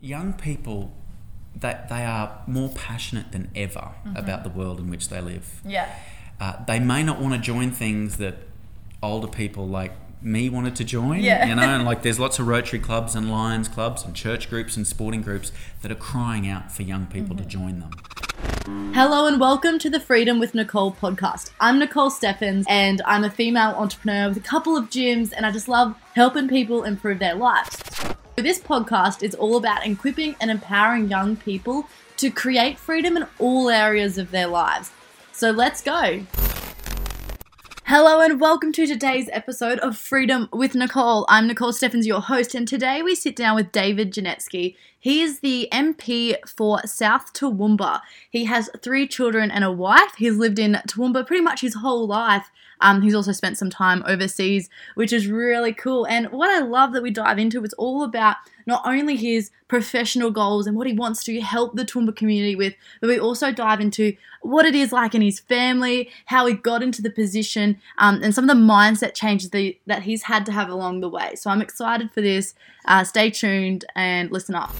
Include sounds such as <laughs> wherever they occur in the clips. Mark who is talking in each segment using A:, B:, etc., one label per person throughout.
A: young people that they are more passionate than ever about the world in which they live.
B: Mm-hmm. Yeah.
A: Uh, they may not want to join things that older people like me wanted to join.
B: Yeah.
A: You know,
B: <laughs>
A: and like there's lots of Rotary clubs and Lions clubs and church groups and sporting groups that are crying out for young people
B: Mm-hmm.
A: to join them.
B: Hello and welcome to the Freedom with Nicole podcast. I'm Nicole Steffens and I'm a female entrepreneur with a couple of gyms and I just love helping people improve their lives. So This podcast is all about equipping and empowering young people to create freedom in all areas of their lives. So let's go. Hello and welcome to today's episode of Freedom with Nicole. I'm Nicole Steffens, your host, and today we sit down with David Janetsky. He is the MP for South Toowoomba. He has three children and a wife. He's lived in Toowoomba pretty much his whole life. Um, he's also spent some time overseas, which is really cool. And what I love that we dive into is all about not only his professional goals and what he wants to help the Toowoomba community with, but we also dive into what it is like in his family, how he got into the position, um, and some of the mindset changes that, that he's had to have along the way. So I'm excited for this. Uh, stay tuned and listen up.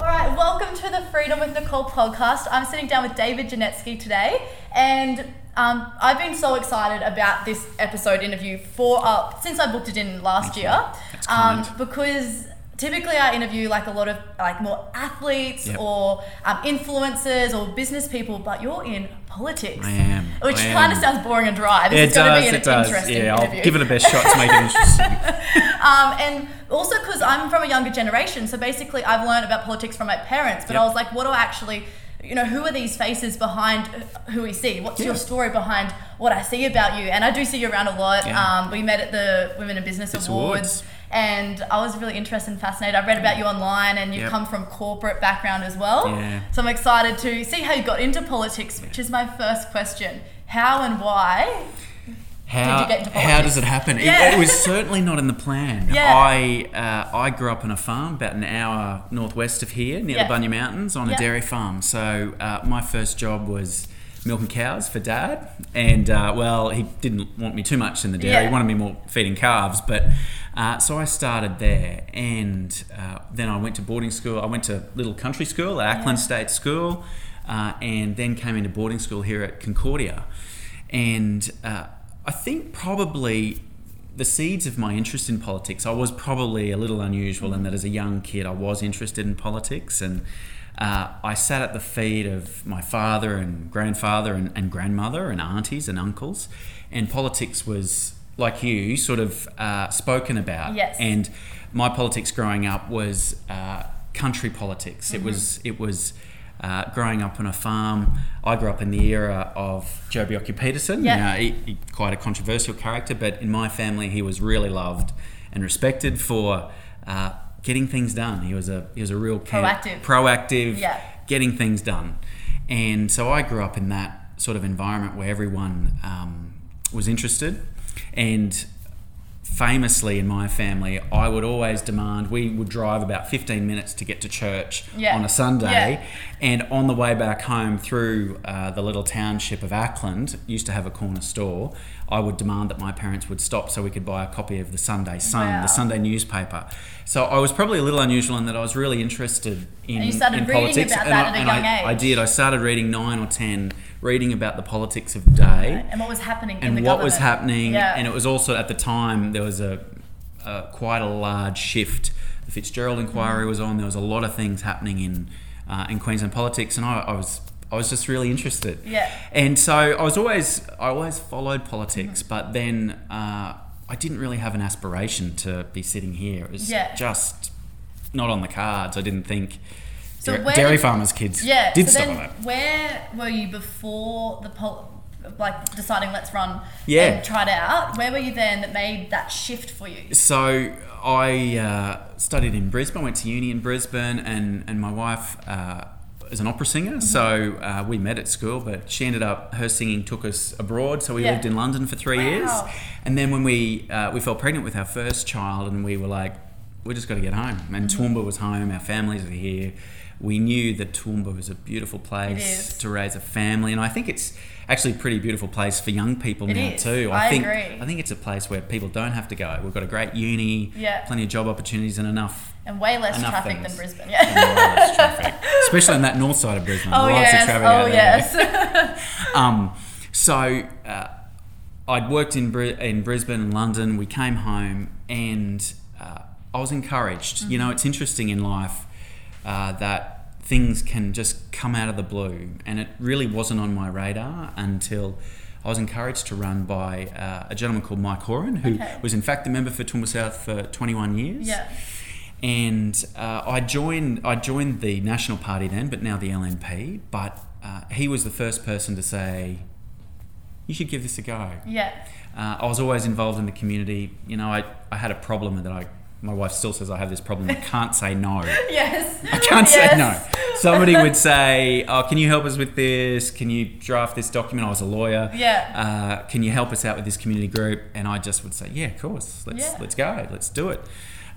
B: All right, welcome to the Freedom with Nicole podcast. I'm sitting down with David Janetsky today, and um, I've been so excited about this episode interview for uh, since I booked it in last
A: Thank you.
B: year.
A: That's
B: um,
A: kind.
B: because typically I interview like a lot of like more athletes
A: Yep.
B: or um, influencers or business people, but you're in politics.
A: I am.
B: Which
A: I am.
B: kind of sounds boring and dry. This is going to be an interesting
A: Yeah,
B: interview.
A: I'll give it a best shot to make it
B: <laughs>
A: interesting.
B: Um, and also because I'm from a younger generation, so basically I've learned about politics from my parents. But I
A: Yep.
B: was like, what do I actually, you know, who are these faces behind who we see? What's your
A: Yeah.
B: story behind what I see about you? And I do see you around a lot.
A: Yeah.
B: Um, we met at the Women in Business
A: It's
B: Awards.
A: awards.
B: And I was really interested and fascinated. I've read about you online, and you
A: Yep.
B: come from corporate background as well.
A: Yeah.
B: So I'm excited to see how you got into politics, which is my first question: How and why?
A: How,
B: Did you get into
A: how does it happen? It-
B: Yeah.
A: It, was certainly not in the plan.
B: <laughs> Yeah.
A: I uh, I grew up on a farm about an hour northwest of here, near
B: Yeah.
A: the Bunya Mountains, on
B: Yeah.
A: a dairy farm. So uh, my first job was milking cows for dad, and uh, well, he didn't want me too much in the dairy.
B: Yeah.
A: He wanted me more feeding calves, but. Uh, so I started there, and uh, then I went to boarding school. I went to little country school at Ackland State School, uh, and then came into boarding school here at Concordia. And uh, I think probably the seeds of my interest in politics, I was probably a little unusual in that as a young kid, I was interested in politics. And uh, I sat at the feet of my father and grandfather and, and grandmother and aunties and uncles. And politics was, like you, sort of uh, spoken about.
B: Yes.
A: And my politics growing up was uh, country politics.
B: Mm-hmm.
A: It was, it was. Uh, growing up on a farm, I grew up in the era of Joe Bjorky Peterson,
B: Yeah.
A: you know, he, he- quite a controversial character, but in my family, he was really loved and respected for uh, getting things done. He was a he was a real camp-
B: Proactive.
A: proactive,
B: Yeah.
A: getting things done. And so I grew up in that sort of environment where everyone um, was interested. And famously in my family, I would always demand we would drive about 15 minutes to get to church
B: Yeah.
A: on a Sunday.
B: Yeah.
A: And on the way back home through uh, the little township of Ackland, used to have a corner store, I would demand that my parents would stop so we could buy a copy of the Sunday Sun,
B: Wow.
A: the Sunday newspaper. So I was probably a little unusual in that I was really interested in,
B: And you started
A: in
B: reading
A: politics.
B: about
A: and
B: that
A: I,
B: at a
A: and
B: young
A: I, I
B: age.
A: did. I started reading nine or ten, reading about the politics of the day
B: And what was happening in
A: and
B: the
A: what was
B: government?
A: happening.
B: Yeah.
A: And it was also at the time there was a, a quite a large shift. The Fitzgerald inquiry
B: Mm.
A: was on. There was a lot of things happening in uh, in Queensland politics, and I, I was I was just really interested.
B: Yeah.
A: And so I was always I always followed politics,
B: Mm-hmm.
A: but then uh, I didn't really have an aspiration to be sitting here. It was
B: Yeah.
A: just not on the cards. I didn't think.
B: So
A: Dairy-
B: where
A: dairy
B: did-
A: farmers' kids
B: Yeah.
A: did
B: so
A: stuff
B: then,
A: like that.
B: where were you before the pol- like deciding let's run
A: Yeah.
B: and try it out? Where were you then that made that shift for you?
A: So I uh, studied in Brisbane, went to uni in Brisbane, and, and my wife uh, is an opera singer.
B: Mm-hmm.
A: So uh, we met at school, but she ended up, her singing took us abroad. So we
B: Yeah.
A: lived in London for three
B: Wow.
A: years. And then when we, uh, we fell pregnant with our first child, and we were like, we just got to get home. And
B: Mm-hmm.
A: Toowoomba was home. Our families were here. We knew that Toowoomba was a beautiful
B: It
A: place
B: is.
A: to raise a family, and I think it's actually a pretty beautiful place for young people
B: It
A: now
B: is.
A: too.
B: I
A: think
B: agree.
A: I think it's a place where people don't have to go. We've got a great uni,
B: Yeah.
A: plenty of job opportunities, and enough. <laughs>
B: and way less
A: Enough
B: traffic
A: things.
B: than
A: <laughs>
B: Brisbane. Yeah.
A: and less traffic. Especially on that north side of Brisbane,
B: Oh
A: lots
B: yes.
A: of traffic out
B: Oh
A: there.
B: yes. <laughs>
A: Um, so uh, I'd worked in Bri- in Brisbane and London. We came home, and uh, I was encouraged. You know, it's interesting in life uh, that things can just come out of the blue, and it really wasn't on my radar until. I was encouraged to run by uh, a gentleman called Mike Horan, who
B: Okay.
A: was in fact the member for Toowoomba South for 21 years
B: yeah.
A: and uh, I joined I joined the National Party then, but now the LNP. But uh, he was the first person to say, "You should give this a go."
B: Yeah.
A: Uh, I was always involved in the community. You know, I, I had a problem that I my wife still says I have this problem. I can't say no.
B: Yes.
A: I can't say
B: Yes.
A: no. Somebody would say, "Oh, can you help us with this? Can you draft this document?" I was a lawyer.
B: Yeah.
A: Uh, can you help us out with this community group? And I just would say, "Yeah, of course. Let's
B: Yeah.
A: let's go. Let's do it."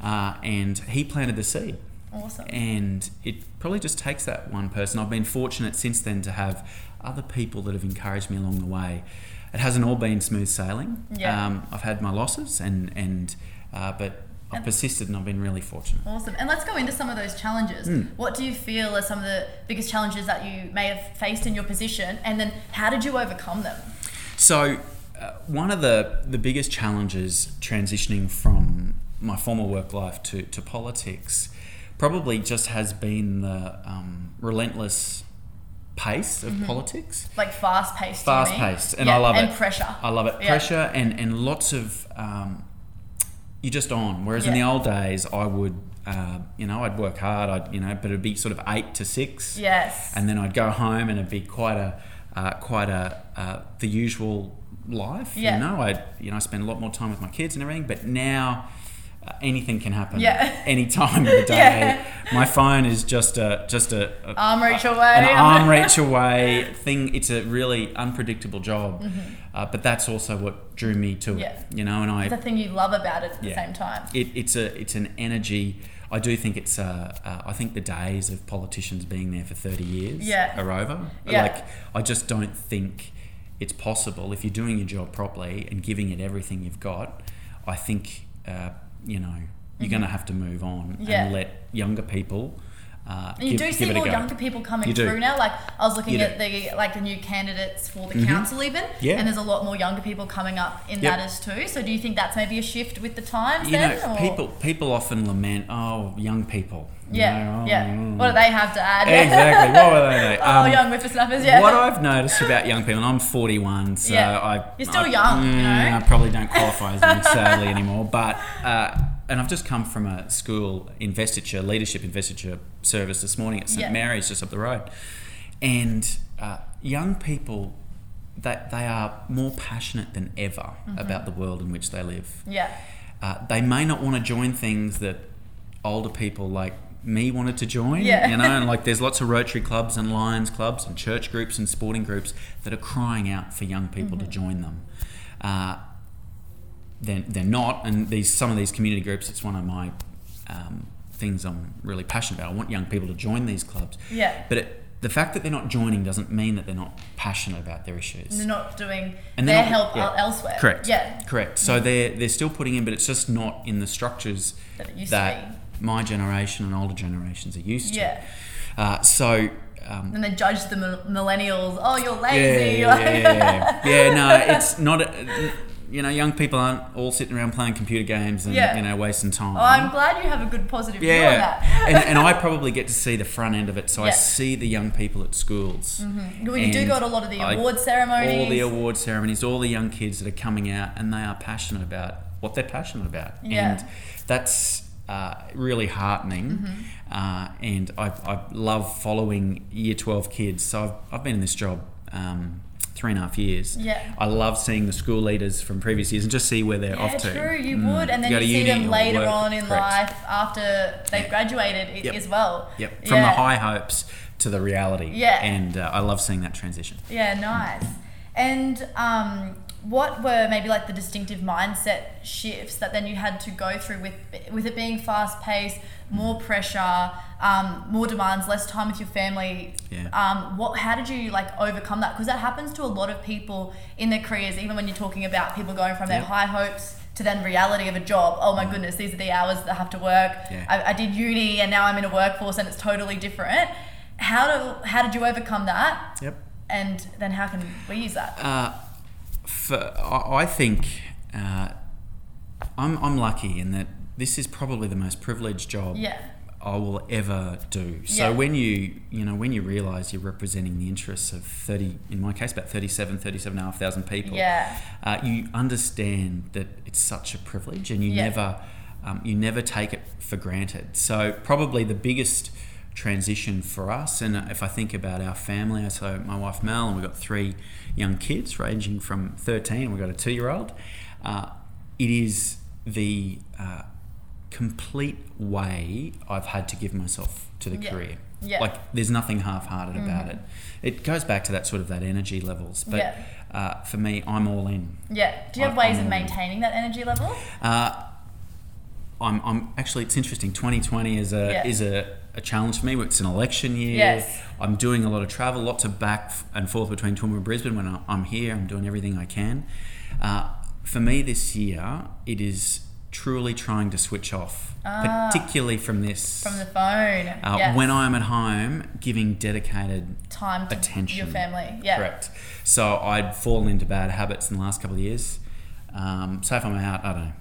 A: Uh, and he planted the seed,
B: Awesome.
A: and it probably just takes that one person. I've been fortunate since then to have other people that have encouraged me along the way. It hasn't all been smooth sailing.
B: Yeah.
A: Um, I've had my losses, and and uh, but I've
B: And-
A: persisted, and I've been really fortunate.
B: Awesome. And let's go into some of those challenges.
A: Hmm.
B: What do you feel are some of the biggest challenges that you may have faced in your position? And then how did you overcome them?
A: So, uh, one of the, the biggest challenges transitioning from my former work life to, to politics probably just has been the um, relentless pace
B: Mm-hmm.
A: of politics.
B: Like fast paced.
A: Fast paced, and I love it.
B: And pressure.
A: I love it.
B: Yeah.
A: Pressure and, and lots of, um, you're just on. Whereas in the
B: Yeah.
A: old days, I would, uh, you know, I'd work hard, I'd, you know, but it'd be sort of eight to six
B: Yes.
A: and then I'd go home and it'd be quite a uh, quite a uh, the usual life.
B: Yeah.
A: You know, I you know I spend a lot more time with my kids and everything, but now. Uh, anything can happen.
B: Yeah.
A: <laughs> Any time of the day.
B: <laughs> Yeah.
A: My phone is just a just a, a
B: Arm reach away. <laughs>
A: an arm reach away thing. It's a really unpredictable job, uh, but that's also what drew me to it.
B: Mm-hmm. Yeah.
A: You know, and I
B: the thing you love about it at the
A: Yeah.
B: same time.
A: it, it's a it's an energy. I do think it's uh, uh, I think the days of politicians being there for thirty years
B: Yeah.
A: are over.
B: Yeah.
A: Like I just don't think it's possible if you're doing your job properly and giving it everything you've got. I think uh, you know you're going to have to move on
B: Mm-hmm. Yeah.
A: and let younger people. Uh,
B: And you
A: give,
B: do
A: give
B: see
A: it a
B: more
A: go.
B: younger people coming
A: You do.
B: through now. Like I was looking
A: You do. Mm-hmm.
B: at the like the new candidates for the council even,
A: Yeah.
B: and there's a lot more younger people coming up in
A: Yep.
B: that as too. So do you think that's maybe a shift with the times
A: You
B: then?
A: know,
B: or-
A: people people often lament, oh, young people. you
B: Yeah,
A: know, oh,
B: yeah.
A: mm."
B: What do they have to add? <laughs>
A: Exactly. What were they? like?
B: oh,
A: Um,
B: young whippersnappers. Yeah.
A: What I've noticed about young people, and I'm 41, so
B: Yeah.
A: I.
B: You're still
A: I-
B: young, you
A: Mm,
B: know?
A: I probably don't qualify as young, sadly,
B: <laughs>
A: anymore. But, uh, and I've just come from a school investiture, leadership investiture service this morning at St
B: Yeah.
A: Mary's, just up the road. And uh, young people, they, they are more passionate than ever
B: Mm-hmm.
A: about the world in which they live.
B: <laughs> yeah.
A: Uh, they may not want to join things that older people like me wanted to join.
B: Yeah.
A: You know,
B: <laughs>
A: and like there's lots of Rotary clubs and Lions clubs and church groups and sporting groups that are crying out for young people
B: Mm-hmm.
A: to join them. Uh, they're, they're not, and these some of these community groups, it's one of my um, things I'm really passionate about. I want young people to join these clubs.
B: Yeah.
A: But it, the fact that they're not joining doesn't mean that they're not passionate about their issues
B: They're not doing
A: and they're
B: their
A: not-
B: help
A: yeah.
B: el- elsewhere.
A: Correct.
B: Yeah. Mm-hmm.
A: Correct. So they're they're still putting in, but it's just not in the structures
B: That it used to
A: my generation and older generations are used
B: Yeah.
A: to. Uh, so. Um,
B: And they judge the mil- millennials. Oh, you're
A: yeah,
B: lazy.
A: yeah,
B: <laughs> like-
A: yeah, yeah. No, it's not. A, you know, young people aren't all sitting around playing computer games and
B: Yeah.
A: you know wasting time.
B: Oh, I'm glad you have a good positive view on
A: yeah,
B: that. <laughs>
A: and, and I probably get to see the front end of it, so I
B: Yeah.
A: see the young people at schools. Mm-hmm.
B: Well, you do go to a lot of the award ceremonies.
A: all the award ceremonies, all the young kids that are coming out, and they are passionate about what they're passionate about,
B: Yeah. Mm-hmm.
A: and that's uh, really heartening. Uh, and I, I love following Year Twelve kids. So I've, I've been in this job. Um, Three and a half years.
B: Yeah.
A: I love seeing the school leaders from previous years and just see where they're
B: Yeah,
A: off to.
B: true. You
A: Mm.
B: would, and then
A: Go
B: you
A: to
B: see
A: uni
B: them
A: or
B: later
A: work.
B: on in
A: Correct.
B: life after they've graduated i-
A: Yep.
B: as well.
A: Yep. From
B: Yeah.
A: the high hopes to the reality.
B: Yeah.
A: And uh, I love seeing that transition.
B: Yeah, nice. And um, what were maybe like the distinctive mindset shifts that then you had to go through with with it being fast paced, more pressure, um, more demands, less time with your family?
A: Yeah.
B: Um, what? How did you like overcome that? Because that happens to a lot of people in their careers. Even when you're talking about people going from their
A: Yep.
B: high hopes to then reality of a job. Oh my goodness, these are the hours that I have to work.
A: Mm. Yeah.
B: I, I did uni and now I'm in a workforce and it's totally different. How do how did you overcome that?
A: Yep.
B: And then how can we use that?
A: Uh, for, I I think uh, I'm, I'm lucky in that this is probably the most privileged job
B: Yeah.
A: I will ever do. So
B: Yeah.
A: when you you know when you realise you're representing the interests of 30 in my case about 37 37 people
B: Yeah.
A: uh, you understand that it's such a privilege and you
B: Yeah.
A: never um, you never take it for granted so probably the biggest transition for us and if i think about our family so my wife mel and we've got three young kids ranging from 13 we've got a two-year-old uh, it is the uh, complete way i've had to give myself to the
B: Yeah.
A: career
B: Yeah.
A: like there's nothing half-hearted about it it goes back to that sort of that energy levels but
B: Mm-hmm. Yeah.
A: uh, for me i'm all in
B: Yeah. Do you have
A: I-
B: ways of
A: I'm-
B: maintaining that energy level?
A: I'm, I'm actually it's interesting 2020 is a
B: Yeah.
A: is a, a challenge for me it's an election year
B: Yes.
A: i'm doing a lot of travel lots of back f- and forth between Toowoomba and brisbane when I- i'm here i'm doing everything i can uh, for me this year it is truly trying to switch off particularly from this
B: Ah. From the phone.
A: uh,
B: yes.
A: when i'm at home giving dedicated
B: time to
A: attention.
B: your family. Yeah.
A: Correct. So I'd fallen into bad habits in the last couple of years. Um, so if I'm out, I don't know,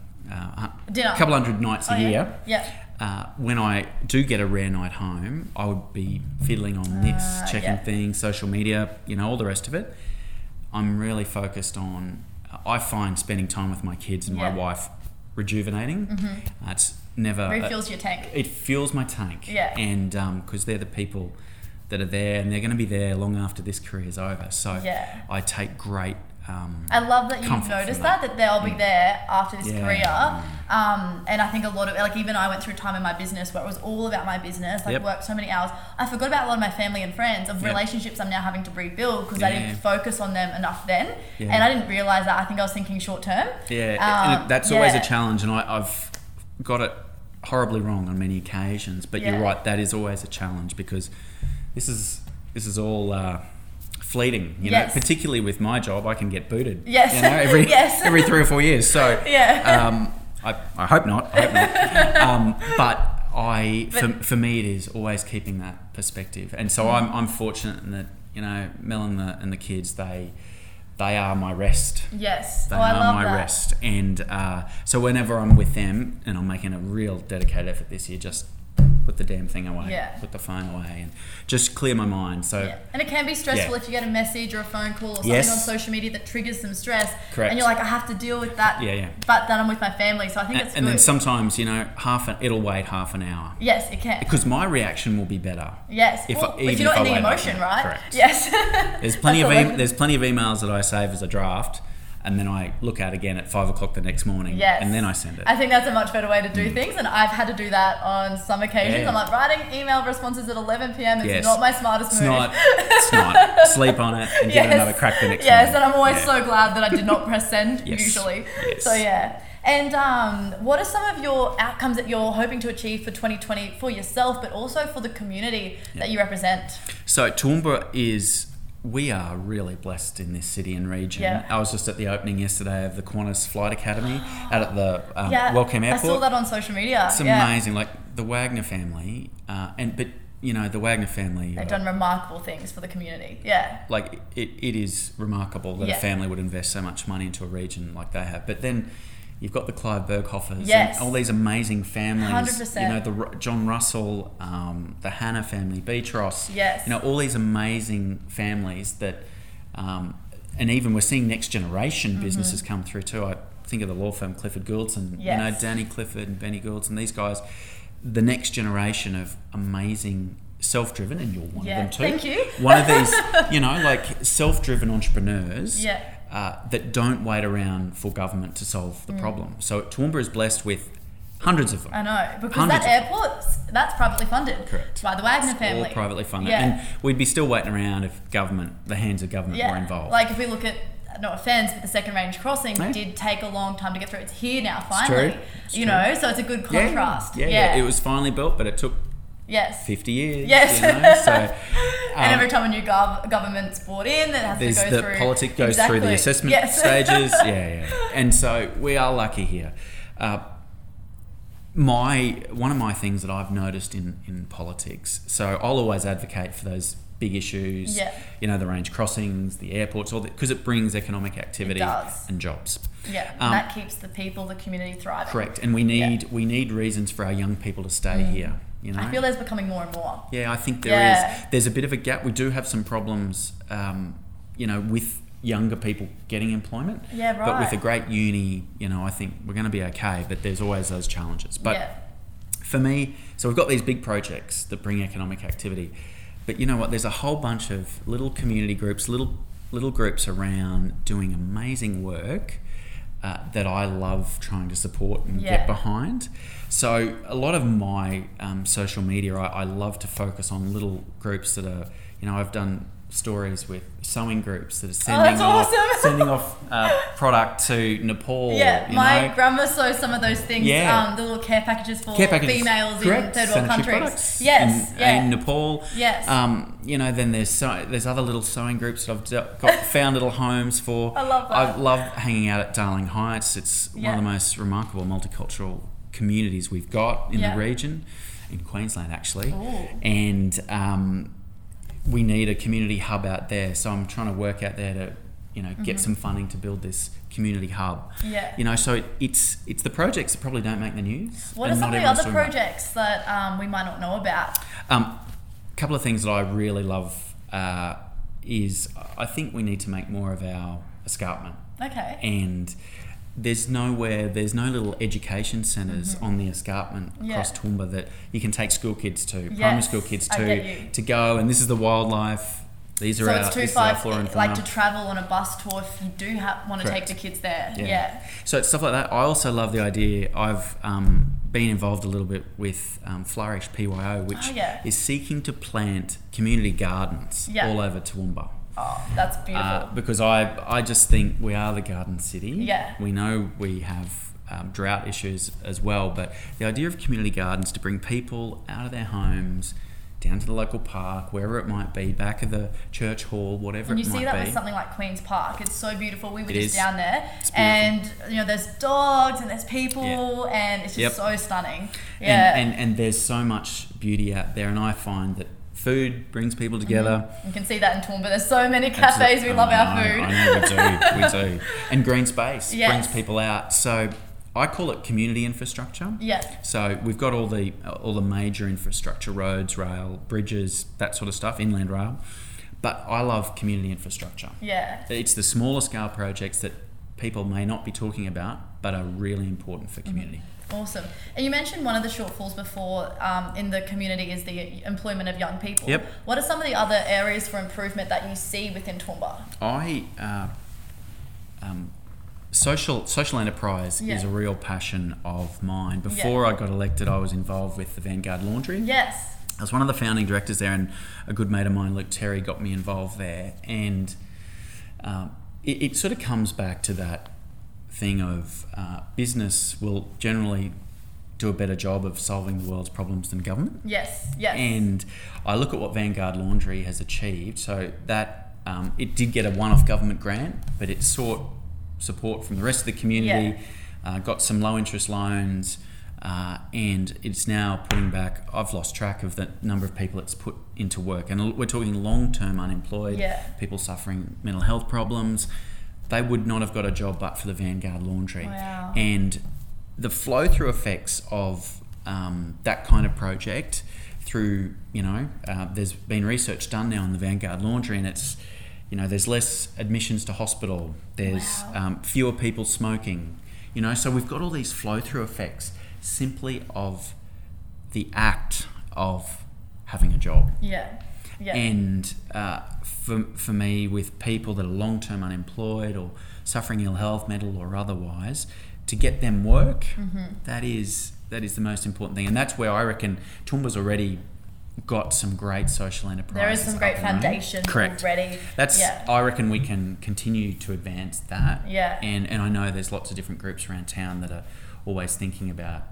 A: uh,
B: Dinner.
A: a couple hundred nights a
B: Oh, yeah.
A: year.
B: Yeah.
A: Uh, when I do get a rare night home, I would be fiddling on this,
B: Ah,
A: checking
B: yeah.
A: things, social media, you know, all the rest of it. I'm really focused on. I find spending time with my kids and
B: Yeah. Mm-hmm.
A: my wife rejuvenating. Uh, it's never
B: Refuels your tank.
A: it fuels my tank.
B: Yeah.
A: And because they're the people that are there, and they're going to be there long after this career's over. So
B: Yeah.
A: I take great. Um,
B: I love that you've
A: comfort from
B: noticed that.
A: that.
B: that they'll be there after this
A: Yeah.
B: career. Um, and I think a lot of like even I went through a time in my business where it was all about my business, like
A: Yep.
B: worked so many hours. I forgot about a lot of my family and friends, of
A: Yep.
B: relationships I'm now having to rebuild because I didn't
A: Yeah.
B: focus on them enough then,
A: Yeah.
B: and I didn't realize that. I think I was thinking short term.
A: yeah, and
B: Um,
A: it- that's always
B: yeah.
A: a challenge, and I, I've got it horribly wrong on many occasions. But
B: Yeah.
A: you're right; that is always a challenge because this is this is all. Uh, Fleeting, you
B: Yes.
A: know. Particularly with my job, I can get booted.
B: Yes.
A: you know, every
B: <laughs> Yes.
A: every three or four years.
B: <laughs>
A: So
B: Yeah.
A: um, I, I hope not. I hope not. <laughs> um, but I, for, for me, it is always keeping that perspective. And
B: Mm.
A: so I'm, I'm fortunate in that you know Mel and the and the kids they they are my rest.
B: Yes.
A: They
B: oh, I
A: are
B: love
A: my
B: that.
A: rest. And uh, so whenever I'm with them, and I'm making a real dedicated effort this year, just put the damn thing away,
B: Yeah.
A: put the phone away, and just clear my mind. So
B: Yeah. And it can be stressful
A: Yeah.
B: if you get a message or a phone call or something
A: Yes.
B: on social media that triggers some stress.
A: Correct.
B: And you're like, I have to deal with that.
A: Yeah, yeah.
B: But then I'm with my family, so I think
A: and,
B: it's
A: and
B: good.
A: then sometimes you know half an it'll wait half an hour
B: yes, it can.
A: because my reaction will be better.
B: Yes.
A: If I-
B: well,
A: even
B: if you're
A: if I
B: not in the
A: wait like
B: emotion,
A: that.
B: right?
A: Correct.
B: Yes. <laughs>
A: There's plenty of
B: That's all I-
A: em there's plenty of emails that I save as a draft, and then I look at again at five o'clock the next morning,
B: Yes.
A: and then I send it. Mm.
B: I think that's a much better way to do things, and I've had to do that on some occasions.
A: Yeah.
B: I'm like writing email responses at 11 p.m. is
A: Yes.
B: not my smartest
A: it's
B: move. <laughs>
A: not. It's not. Sleep on it and get another crack the next
B: Yes,
A: morning.
B: and I'm always
A: Yeah.
B: so glad that I did not press
A: <laughs>
B: send
A: Yes.
B: usually.
A: Yes.
B: So yeah. And um, what are some of your outcomes that you're hoping to achieve for 2020 for yourself, but also for the community that you represent?
A: So Toowoomba is we are really blessed in this city and region.
B: Yeah.
A: I was just at the opening yesterday of the Qantas Flight Academy out at the um,
B: Yeah,
A: Wellcome
B: I
A: Airport.
B: saw that on social media.
A: It's
B: yeah.
A: amazing. Like the Wagner family, uh, and but you know the Wagner family.
B: They've
A: uh,
B: done remarkable things for the community. Yeah.
A: like it, it is remarkable that
B: Yeah.
A: a family would invest so much money into a region like they have. But then you've got the Clive Burghoffers
B: Yes.
A: and all these amazing families.
B: 100%.
A: You know, the Ru- John Russell, um, the Hannah family, Beatrice.
B: Yes.
A: You know, all these amazing families that, um, and even we're seeing next generation
B: Mm-hmm.
A: businesses come through too. I think of the law firm Clifford Gouldson, you know,
B: Yes.
A: Danny Clifford and Benny Gouldson, these guys, the next generation of amazing self-driven and you're one
B: Yeah,
A: of them too
B: thank you.
A: one of these, you know, like self driven entrepreneurs
B: Yeah.
A: uh, that don't wait around for government to solve
B: Mm.
A: the problem. So Toowoomba is blessed with hundreds of them.
B: I know because
A: Hundreds
B: that airport that's privately funded.
A: Correct.
B: By the Wagner
A: all
B: family.
A: privately funded,
B: Yeah.
A: and we'd be still waiting around if government, the hands of government,
B: yeah.
A: were involved.
B: Like if we look at no offense, but the second range crossing
A: No.
B: did take a long time to get through. It's here now, finally.
A: true. It's
B: you
A: true.
B: know, so it's a good
A: Yeah,
B: contrast.
A: Yeah, yeah, It was finally built, but it took
B: yes.
A: 50 years.
B: Yes.
A: You know? So,
B: <laughs> and
A: um,
B: every time a new gov- government's brought in, that has
A: there's
B: to go
A: the
B: through.
A: politic goes through the assessment
B: Exactly. Yes. <laughs>
A: stages. Yeah, yeah. And so we are lucky here. Uh, my one of my things that I've noticed in in politics. So I'll always advocate for those big issues.
B: Yeah.
A: You know the range crossings, the airports, all because it brings economic activity
B: does.
A: and jobs.
B: yeah,
A: Um,
B: that keeps the people, the community thriving.
A: Correct. And we need we need reasons for our young people to stay here. You know.
B: Mm. I feel there's becoming more and more.
A: Yeah, I think there is.
B: Yeah.
A: There's a bit of a gap. We do have some problems, um, you know, with younger people getting employment.
B: Yeah,
A: But with
B: right.
A: a great uni, you know, I think we're going to be okay. But there's always those challenges. But
B: yeah.
A: for me, so we've got these big projects that bring economic activity, but you know what? There's a whole bunch of little community groups, little little groups around doing amazing work uh, that I love trying to support and
B: Yeah.
A: get behind. So a lot of my um, social media, I, I love to focus on little groups that are, you know, I've done stories with sewing groups that are sending
B: Oh, that's
A: off
B: awesome. <laughs>
A: sending off uh, product to Nepal.
B: Yeah,
A: you
B: my
A: know?
B: grandma saw some of those things,
A: Yeah.
B: um, the little care packages for
A: care packages.
B: females
A: Correct.
B: in third world
A: Sanitary
B: countries.
A: products
B: Yes,
A: In,
B: yeah.
A: in Nepal.
B: Yes.
A: Um, you know, then there's so, there's other little sewing groups that I've d-
B: <laughs>
A: got found little homes for.
B: I love that.
A: I love hanging out at Darling Heights. It's one of
B: Yeah.
A: the most remarkable multicultural communities we've got in
B: Yeah.
A: the region, in Queensland actually.
B: Ooh.
A: And um, we need a community hub out there. So I'm trying to work out there to, you know, get some funding to build this community hub.
B: Mm-hmm. Yeah.
A: You know, so it, it's it's the projects that probably don't make the news.
B: what are
A: and
B: some
A: not
B: of the
A: everyone's
B: other
A: talking about.
B: projects that um, we might not know about?
A: Um, a couple of things that I really love uh, is I think we need to make more of our escarpment,
B: Okay.
A: and there's nowhere, there's no little education centers on the escarpment across
B: Mm-hmm. Yeah.
A: Toowoomba that you can take school kids to, primary
B: Yes,
A: school kids
B: I get
A: to,
B: you.
A: to go. And this is the wildlife. These are
B: So
A: our,
B: it's too
A: this is
B: far,
A: our flora and fauna.
B: like to travel on a bus tour if you do ha- want to take
A: Correct.
B: the kids there. Yeah.
A: Yeah. So it's stuff like that. I also love the idea. I've um, been involved a little bit with um, Flourish PYO, which
B: Oh, yeah.
A: is seeking to plant community gardens
B: Yeah.
A: all over Toowoomba.
B: Oh, that's beautiful.
A: Uh, because I, I just think we are the garden city.
B: Yeah.
A: We know we have um, drought issues as well, but the idea of community gardens to bring people out of their homes, down to the local park, wherever it might be, back of the church hall, whatever
B: And you
A: it might
B: see that
A: be.
B: with something like Queen's Park. It's so beautiful. We were
A: It
B: just
A: is.
B: down there,
A: It's
B: and
A: beautiful.
B: you know, there's dogs and there's people, and it's just
A: Yep.
B: so stunning. Yeah.
A: and, and and there's so much beauty out there and i find that food brings people together
B: you can see that in Toowoomba. There's so many
A: Absolute-
B: Mm-hmm. cafes. We
A: Oh,
B: love our
A: I know,
B: food.
A: I know, we do
B: <laughs>
A: we do and green space
B: Yes.
A: brings people out so i call it community infrastructure
B: Yes.
A: so we've got all the all the major infrastructure roads rail bridges that sort of stuff inland rail but i love community infrastructure
B: Yeah.
A: it's the smaller scale projects that people may not be talking about but are really important for
B: Mm-hmm.
A: community
B: Awesome. And you mentioned one of the shortfalls before um, in the community is the employment of young people.
A: Yep.
B: What are some of the other areas for improvement that you see within Toowoomba?
A: I uh, um, social social enterprise
B: Yeah.
A: is a real passion of mine. Before I got elected, I was involved with the Vanguard Laundry.
B: Yes.
A: I was one of the founding directors there, and a good mate of mine, Luke Terry, got me involved there. And um, it, it sort of comes back to that thing of uh, business will generally do a better job of solving the world's problems than government.
B: Yes. Yes.
A: And I look at what Vanguard Laundry has achieved. So that um, it did get a one-off government grant, but it sought support from the rest of the community, uh, got some low-interest loans, uh, and it's now putting back. I've lost track of the number of people it's put into work, and we're talking long-term unemployed
B: Yeah.
A: people suffering mental health problems. They would not have got a job but for the Vanguard Laundry
B: Wow.
A: and the flow through effects of um, that kind of project through you know uh, there's been research done now on the Vanguard laundry and it's you know there's less admissions to hospital there's um, fewer people smoking you know so we've got all these flow through effects simply of the act of having a job
B: yeah. Yeah.
A: and uh, for, for me, with people that are long term unemployed or suffering ill health, mental or otherwise, to get them
B: Mm-hmm.
A: work, that is that is the most important thing. And that's where I reckon Toowoomba's already got some great social enterprise.
B: There is some great foundation
A: Correct.
B: already.
A: That's
B: yeah.
A: I reckon we can continue to advance that.
B: Yeah.
A: And and I know there's lots of different groups around town that are always thinking about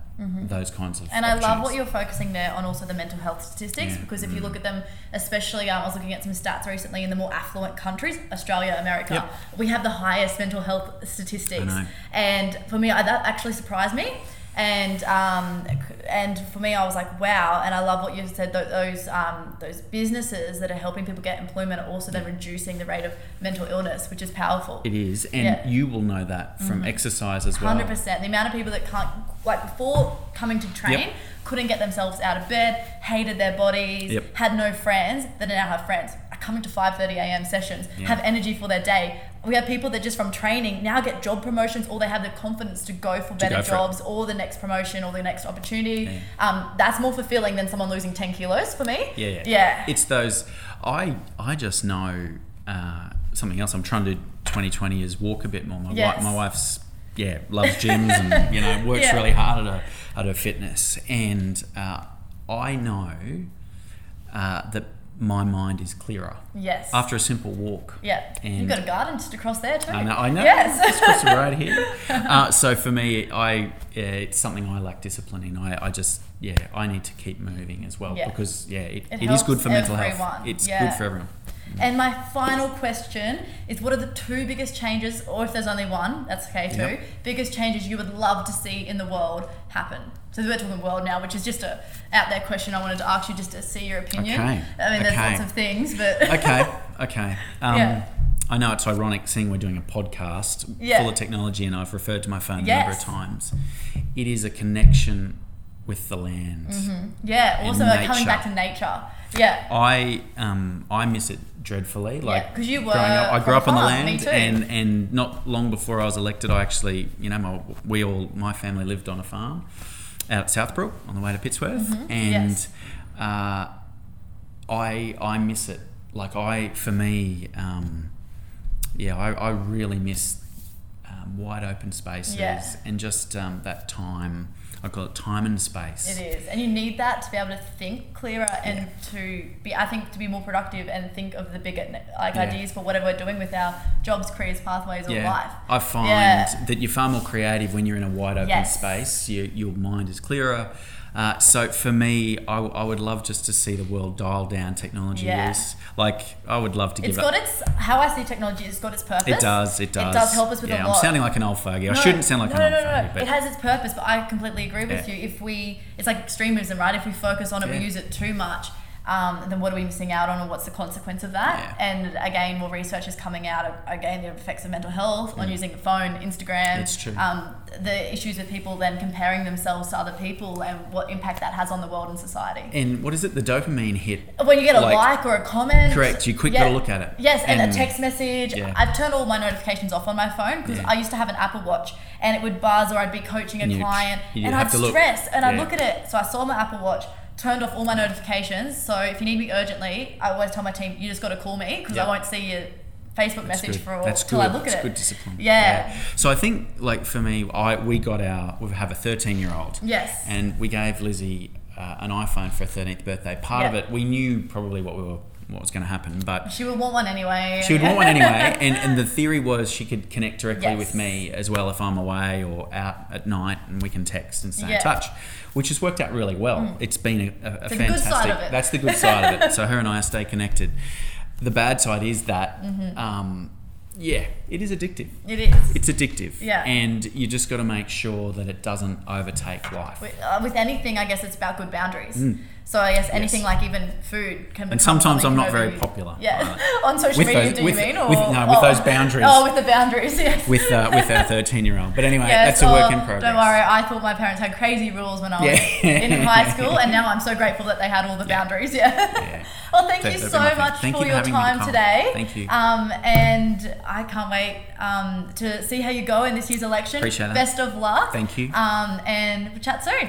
A: those kinds of.
B: Mm-hmm. And I love what
A: opportunities.
B: you're focusing there on also the mental health statistics
A: Yeah. Mm.
B: because if you look at them, especially um, I was looking at some stats recently in the more affluent countries, Australia, America,
A: Yep.
B: we have the highest mental health statistics.
A: I know.
B: And for me, I, that actually surprised me. And um, and for me, I was like, wow. And I love what you said. tho- Those um, those businesses that are helping people get employment are also then reducing the rate of mental illness, which is powerful.
A: It is, and
B: Yeah. Mm-hmm.
A: you will know that from exercise as well.
B: Hundred percent. The amount of people that can't, like before coming to train,
A: Yep.
B: couldn't get themselves out of bed, hated their bodies,
A: Yep.
B: had no friends. That now have friends. Are coming to five thirty a.m. sessions,
A: Yeah.
B: have energy for their day. We have people that just from training now get job promotions, or they have the confidence to go for better
A: go for it.
B: jobs, or the next promotion, or the next opportunity.
A: Yeah.
B: Um, that's more fulfilling than someone losing ten kilos for me.
A: Yeah, yeah.
B: yeah.
A: It's those. I I just know uh, something else. I'm trying to do 2020 is walk a bit more. My
B: Yes.
A: wife, my wife's yeah loves gyms and you know works
B: Yeah.
A: really hard at her at her fitness. And uh, I know uh, that my mind is clearer
B: yes.
A: after a simple walk.
B: yeah. You've
A: and-
B: got a garden just across there too.
A: I know. I know.
B: Yes.
A: It's just right here. Uh, so for me, I yeah, it's something I lack discipline in. I, I just yeah, I need to keep moving as well
B: Yeah.
A: because yeah, it,
B: It
A: it is good
B: helps
A: for mental health.
B: everyone.
A: It's
B: Yeah.
A: good for everyone.
B: And my final question is what are the two biggest changes, or if there's only one, that's okay too,
A: Yep.
B: biggest changes you would love to see in the world happen? So we're talking world now, which is just a out there question I wanted to ask you just to see your opinion.
A: Okay.
B: I mean, there's
A: Okay.
B: lots of things, but <laughs>
A: Okay. Okay. Um,
B: Yeah.
A: I know it's ironic seeing we're doing a podcast
B: Yeah.
A: full of technology, and I've referred to my phone a number
B: Yes.
A: of times. It is a connection with the land.
B: Mm-hmm. yeah, also
A: And
B: like, coming
A: nature.
B: back to nature. Yeah.
A: I um I miss it dreadfully. Like
B: 'cause you were
A: growing up, I
B: from
A: grew up on the
B: farm,
A: land,
B: me too.
A: and and not long before I was elected, I actually you know my we all my family lived on a farm out at Southbrook on the way to Pittsworth, and
B: Mm-hmm. yes.
A: uh, I I miss it. Like I for me, um, yeah, I, I really miss um, wide open spaces
B: Yeah.
A: and just um, that time. I call it time and space.
B: It is, and you need that to be able to think clearer and to be, I think, to be more productive and think of the bigger like
A: Yeah.
B: ideas for whatever we're doing with our jobs, careers, pathways, or life.
A: I find
B: Yeah.
A: that you're far more creative when you're in a wide open
B: Yes.
A: space. You, your mind is clearer. Uh, so for me, I, w- I would love just to see the world dial down technology
B: Yeah.
A: use. Like I would love to give
B: It's
A: up.
B: got its how I see technology. It's got its purpose.
A: it does. It does.
B: It does help us with
A: yeah,
B: a lot.
A: I'm sounding like an old fogey. I
B: No,
A: shouldn't sound like
B: no,
A: an old
B: no, no,
A: fogey,
B: no.
A: but
B: It has its purpose, but I completely agree with
A: Yeah.
B: you. If we, it's like extremism, right? If we focus on it,
A: Yeah.
B: we use it too much. Um, then what are we missing out on, and what's the consequence of that?
A: Yeah.
B: And again, more research is coming out. of- Again, the effects of mental health on using the phone, Instagram.
A: Mm. It's true.
B: Um, the issues with people then comparing themselves to other people, and what impact that has on the world and society.
A: and what is it? The dopamine hit.
B: When you get a
A: Like-
B: like or a comment,
A: Correct. You quick
B: yeah.
A: got to look at it.
B: Yes, and, a text message.
A: Yeah.
B: I've turned all my notifications off on my phone because
A: Yeah.
B: I used to have an Apple Watch and it would buzz or I'd be coaching a
A: And you'd-
B: client
A: you'd
B: and
A: have
B: I'd
A: to look.
B: stress and I'd
A: Yeah.
B: look at it. So I saw my Apple Watch, turned off all my notifications. So if you need me urgently, I always tell my team, you just got to call me because
A: Yeah.
B: I won't see your Facebook
A: That's
B: message
A: good.
B: for all
A: That's
B: till
A: good.
B: I look
A: That's
B: at it.
A: good discipline.
B: Yeah.
A: So I think, like for me, I we got our we have a 13 year old.
B: Yes.
A: And we gave Lizzie uh, an iPhone for her 13th birthday. Part
B: Yeah.
A: of it, we knew probably what we were what was going to happen, but
B: She would want one anyway.
A: she would want one
B: <laughs>
A: anyway. And, and the theory was she could connect directly
B: Yes.
A: with me as well if I'm away or out at night, and we can text and stay
B: Yeah.
A: in touch, which has worked out really well. It's been a, a, a
B: The good
A: fantastic.
B: side of it.
A: That's the good side of it. So her and I stay connected. The bad side is
B: <laughs>
A: that,
B: Mm-hmm.
A: um, yeah, it is addictive.
B: It is.
A: It's addictive.
B: Yeah.
A: And you just got to make sure that it doesn't overtake life.
B: with, uh, with anything, I guess it's about good boundaries. So I guess anything like even food can. become
A: Mm. sometimes
B: something
A: I'm not
B: over
A: very
B: you.
A: popular
B: Yeah, <laughs> on social
A: With
B: media,
A: those-
B: do
A: with-
B: you mean? Or,
A: with- no, with
B: oh,
A: those boundaries.
B: Oh, with the boundaries, <laughs> yes.
A: With uh, with our 13 year old. But anyway,
B: <laughs> Yes,
A: that's a work
B: oh,
A: in progress.
B: Don't worry, I thought my parents had crazy rules when I was
A: Yeah. <laughs>
B: in high school, and now I'm so grateful that they had all the boundaries. Yeah.
A: Yeah.
B: <laughs> Well, thank
A: That-
B: you
A: that'd
B: so
A: be my thing.
B: much
A: Thank
B: for
A: you for
B: your
A: having me,
B: time
A: Nicole.
B: today.
A: Thank you.
B: Um, and I can't wait um, to see how you go in this year's election.
A: Appreciate that.
B: Best of luck.
A: Thank you.
B: Um, and we'll chat soon.